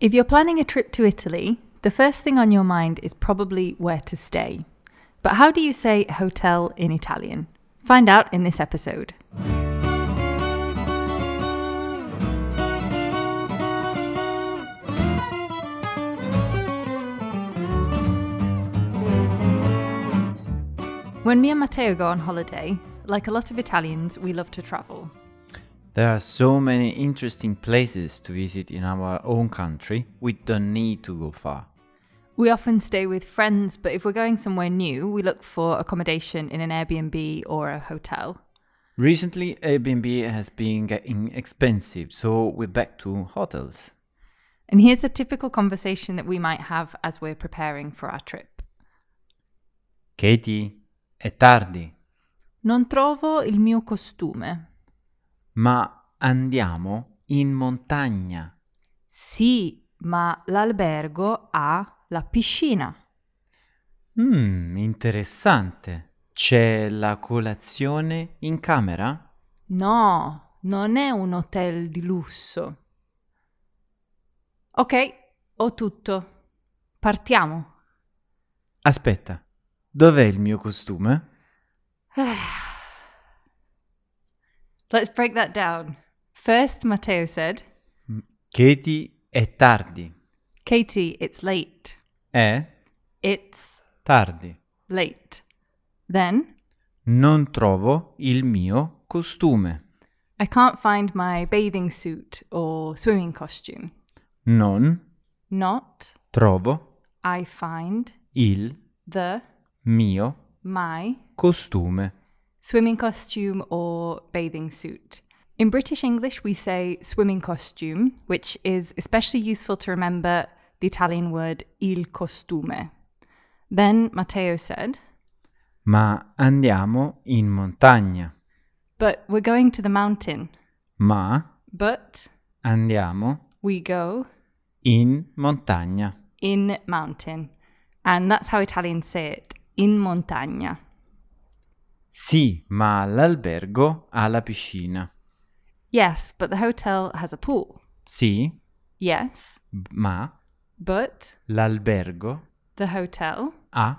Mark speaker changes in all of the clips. Speaker 1: If you're planning a trip to Italy, the first thing on your mind is probably where to stay. But how do you say hotel in Italian? Find out in this episode. When me and Matteo go on holiday, like a lot of Italians, we love to travel.
Speaker 2: There are so many interesting places to visit in our own country, we don't need to go far.
Speaker 1: We often stay with friends, but if we're going somewhere new, we look for accommodation in an Airbnb or a hotel.
Speaker 2: Recently, Airbnb has been getting expensive, so we're back to hotels.
Speaker 1: And here's a typical conversation that we might have as we're preparing for our trip.
Speaker 2: Katie, è tardi,
Speaker 1: Non trovo il mio costume.
Speaker 2: ma andiamo in montagna.
Speaker 1: Sì, ma l'albergo ha la piscina.
Speaker 2: Mmm, interessante. C'è la colazione in camera?
Speaker 1: No, non è un hotel di lusso. Ok, ho tutto. Partiamo.
Speaker 2: Aspetta, dov'è il mio costume?
Speaker 1: Let's break that down. First, Matteo said,
Speaker 2: Hmm, Katie, è tardi.
Speaker 1: Katie, it's late.
Speaker 2: È
Speaker 1: It's
Speaker 2: tardi.
Speaker 1: late. Then,
Speaker 2: Non trovo il mio costume.
Speaker 1: I can't find my bathing suit or swimming costume.
Speaker 2: Non
Speaker 1: Not,
Speaker 2: trovo
Speaker 1: I find
Speaker 2: il
Speaker 1: the,
Speaker 2: mio
Speaker 1: my,
Speaker 2: costume.
Speaker 1: swimming costume or bathing suit. In British English, we say swimming costume, which is especially useful to remember the Italian word il costume. Then Matteo said,
Speaker 2: Ma andiamo in montagna.
Speaker 1: But we're going to the mountain.
Speaker 2: Ma
Speaker 1: But
Speaker 2: andiamo
Speaker 1: we go
Speaker 2: in montagna.
Speaker 1: in mountain. And that's how Italians say it in montagna.
Speaker 2: Sì, ma l'albergo ha la piscina.
Speaker 1: Yes, but the hotel has a pool.
Speaker 2: Sì,
Speaker 1: Yes,
Speaker 2: ma
Speaker 1: but
Speaker 2: l'albergo
Speaker 1: the hotel
Speaker 2: ha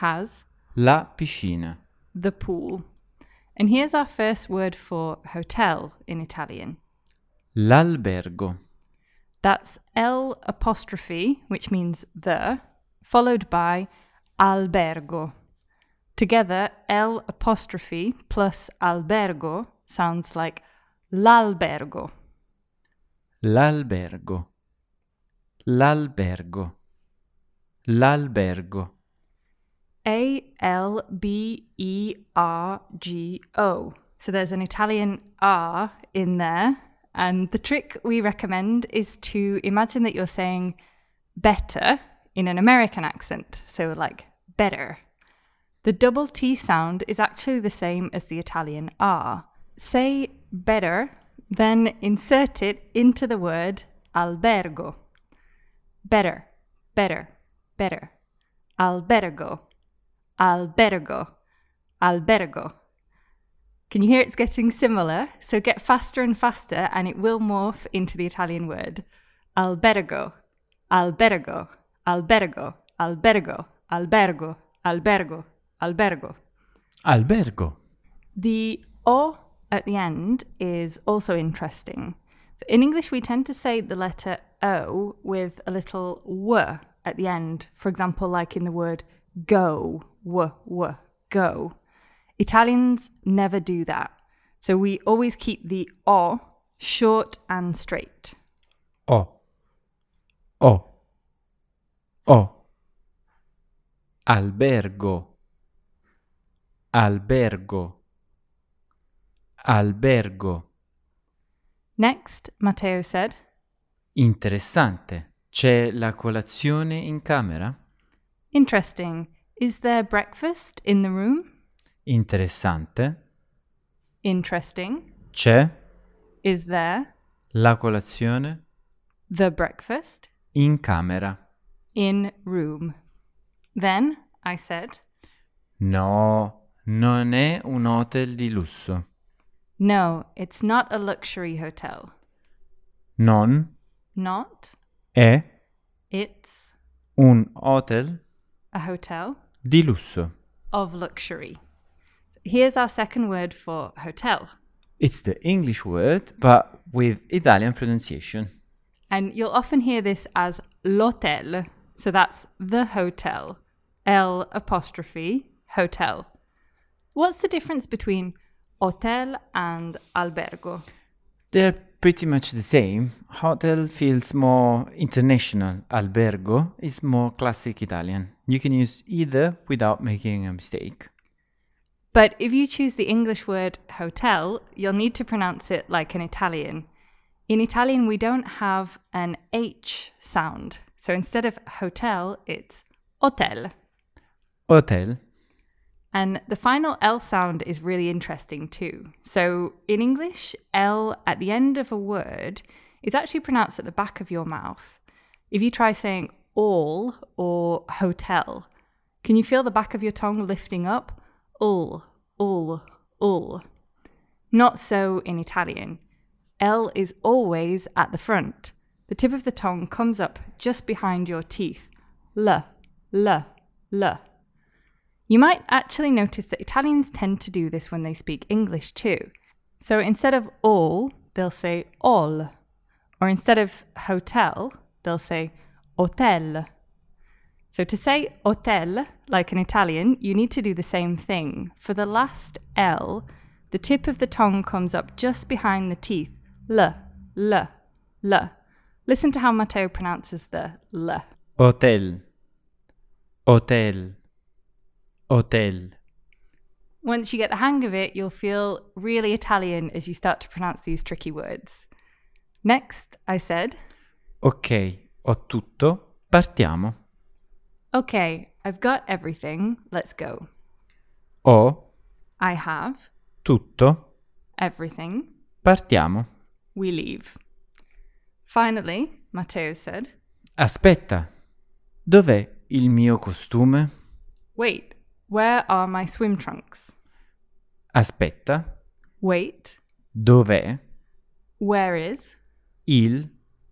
Speaker 1: has
Speaker 2: la piscina.
Speaker 1: the pool. And here's our first word for hotel in Italian.
Speaker 2: L'albergo.
Speaker 1: That's L apostrophe, which means the, followed by albergo. Together, L apostrophe plus albergo sounds like l'albergo.
Speaker 2: L'albergo. L'albergo. L'albergo.
Speaker 1: A L B E R G O. So there's an Italian R in there. And the trick we recommend is to imagine that you're saying better in an American accent. So, like better. The double T sound is actually the same as the Italian R. Say better, then insert it into the word albergo. Better, better, better. Albergo albergo, albergo. Can you hear it's getting similar? So get faster and faster, and it will morph into the Italian word albergo, albergo, albergo, albergo, albergo, albergo, albergo.
Speaker 2: Albergo.
Speaker 1: The o at the end is also interesting. So in English, we tend to say the letter o with a little w at the end. For example, like in the word go, w w go. Italians never do that, so we always keep the o short and straight.
Speaker 2: O. O. O. Albergo. Albergo. Albergo.
Speaker 1: Next, Matteo said,
Speaker 2: Interessante. C'è la colazione in camera?
Speaker 1: "Interesting. Is there breakfast in the room?
Speaker 2: Interessante.
Speaker 1: Interesting.
Speaker 2: C'è
Speaker 1: Is there
Speaker 2: la colazione
Speaker 1: the breakfast?"
Speaker 2: in camera.
Speaker 1: in room. Then I said,
Speaker 2: No, non è un hotel di lusso.
Speaker 1: No, it's not a luxury hotel.
Speaker 2: Non
Speaker 1: Not
Speaker 2: È
Speaker 1: It's
Speaker 2: un hotel
Speaker 1: a hotel
Speaker 2: di lusso.
Speaker 1: of luxury. Here's our second word for hotel.
Speaker 2: It's the English word, but with Italian pronunciation.
Speaker 1: And you'll often hear this as l'hotel. So that's the hotel. L apostrophe hotel. What's the difference between hotel and albergo?
Speaker 2: They're pretty much the same. Hotel feels more international. Albergo is more classic Italian. You can use either without making a mistake.
Speaker 1: But if you choose the English word hotel, you'll need to pronounce it like an Italian. In Italian, we don't have an H sound. So instead of hotel, it's hotel.
Speaker 2: Hotel.
Speaker 1: And the final L sound is really interesting too. So in English, L at the end of a word is actually pronounced at the back of your mouth. If you try saying all or hotel, can you feel the back of your tongue lifting up? Ul, ul, ul. Not so in Italian. L is always at the front. The tip of the tongue comes up just behind your teeth. L, l, l. You might actually notice that Italians tend to do this when they speak English too. So instead of all, they'll say all. Or instead of hotel, they'll say hotel. So to say hotel like an Italian, you need to do the same thing. For the last L, the tip of the tongue comes up just behind the teeth. L, L, L. Listen to how Matteo pronounces the L.
Speaker 2: Hotel. Hotel. Hotel.
Speaker 1: Once you get the hang of it, you'll feel really Italian as you start to pronounce these tricky words. Next, I said,
Speaker 2: Ok, ho tutto. Partiamo.
Speaker 1: Okay, I've got everything. Let's go.
Speaker 2: Ho
Speaker 1: I have
Speaker 2: tutto.
Speaker 1: everything.
Speaker 2: Partiamo.
Speaker 1: We leave. Finally, Matteo said,
Speaker 2: Aspetta. Dov'è il mio costume?
Speaker 1: Wait, where are my swim trunks?
Speaker 2: Aspetta.
Speaker 1: Wait,
Speaker 2: Dov'è
Speaker 1: where is
Speaker 2: il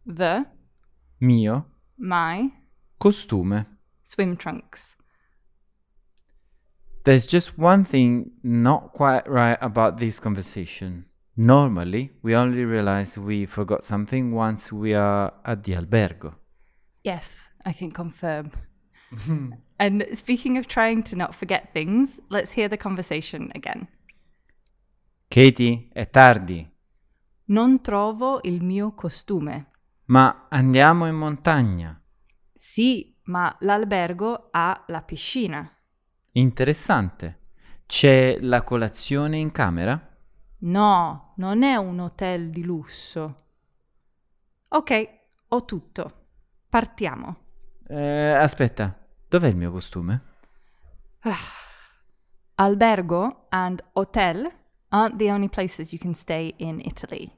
Speaker 1: the,
Speaker 2: mio
Speaker 1: my,
Speaker 2: costume?
Speaker 1: swim trunks?
Speaker 2: There's just one thing not quite right about this conversation. Normally, we only realize we forgot something once we are at the albergo.
Speaker 1: Yes, I can confirm. and speaking of trying to not forget things, let's hear the conversation again.
Speaker 2: Katie, è tardi,
Speaker 1: Non trovo il mio costume.
Speaker 2: ma andiamo in montagna.
Speaker 1: Sì, ma l'albergo ha la piscina.
Speaker 2: Interessante. C'è la colazione in camera?
Speaker 1: No, non è un hotel di lusso. Ok, ho tutto. Partiamo.
Speaker 2: Eh, aspetta, dov'è il mio costume?
Speaker 1: Albergo and hotel aren't the only places you can stay in Italy.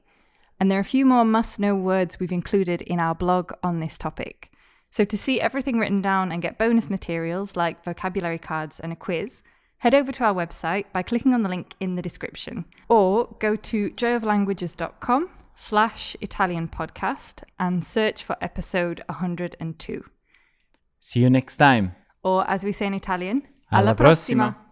Speaker 1: And there are a few more must know words we've included in our blog on this topic. So to see everything written down and get bonus materials like vocabulary cards and a quiz, head over to our website by clicking on the link in the description or go to joyoflanguages.com slash Italian podcast and search for episode 102.
Speaker 2: See you next time.
Speaker 1: Or as we say in Italian,
Speaker 2: Alla prossima.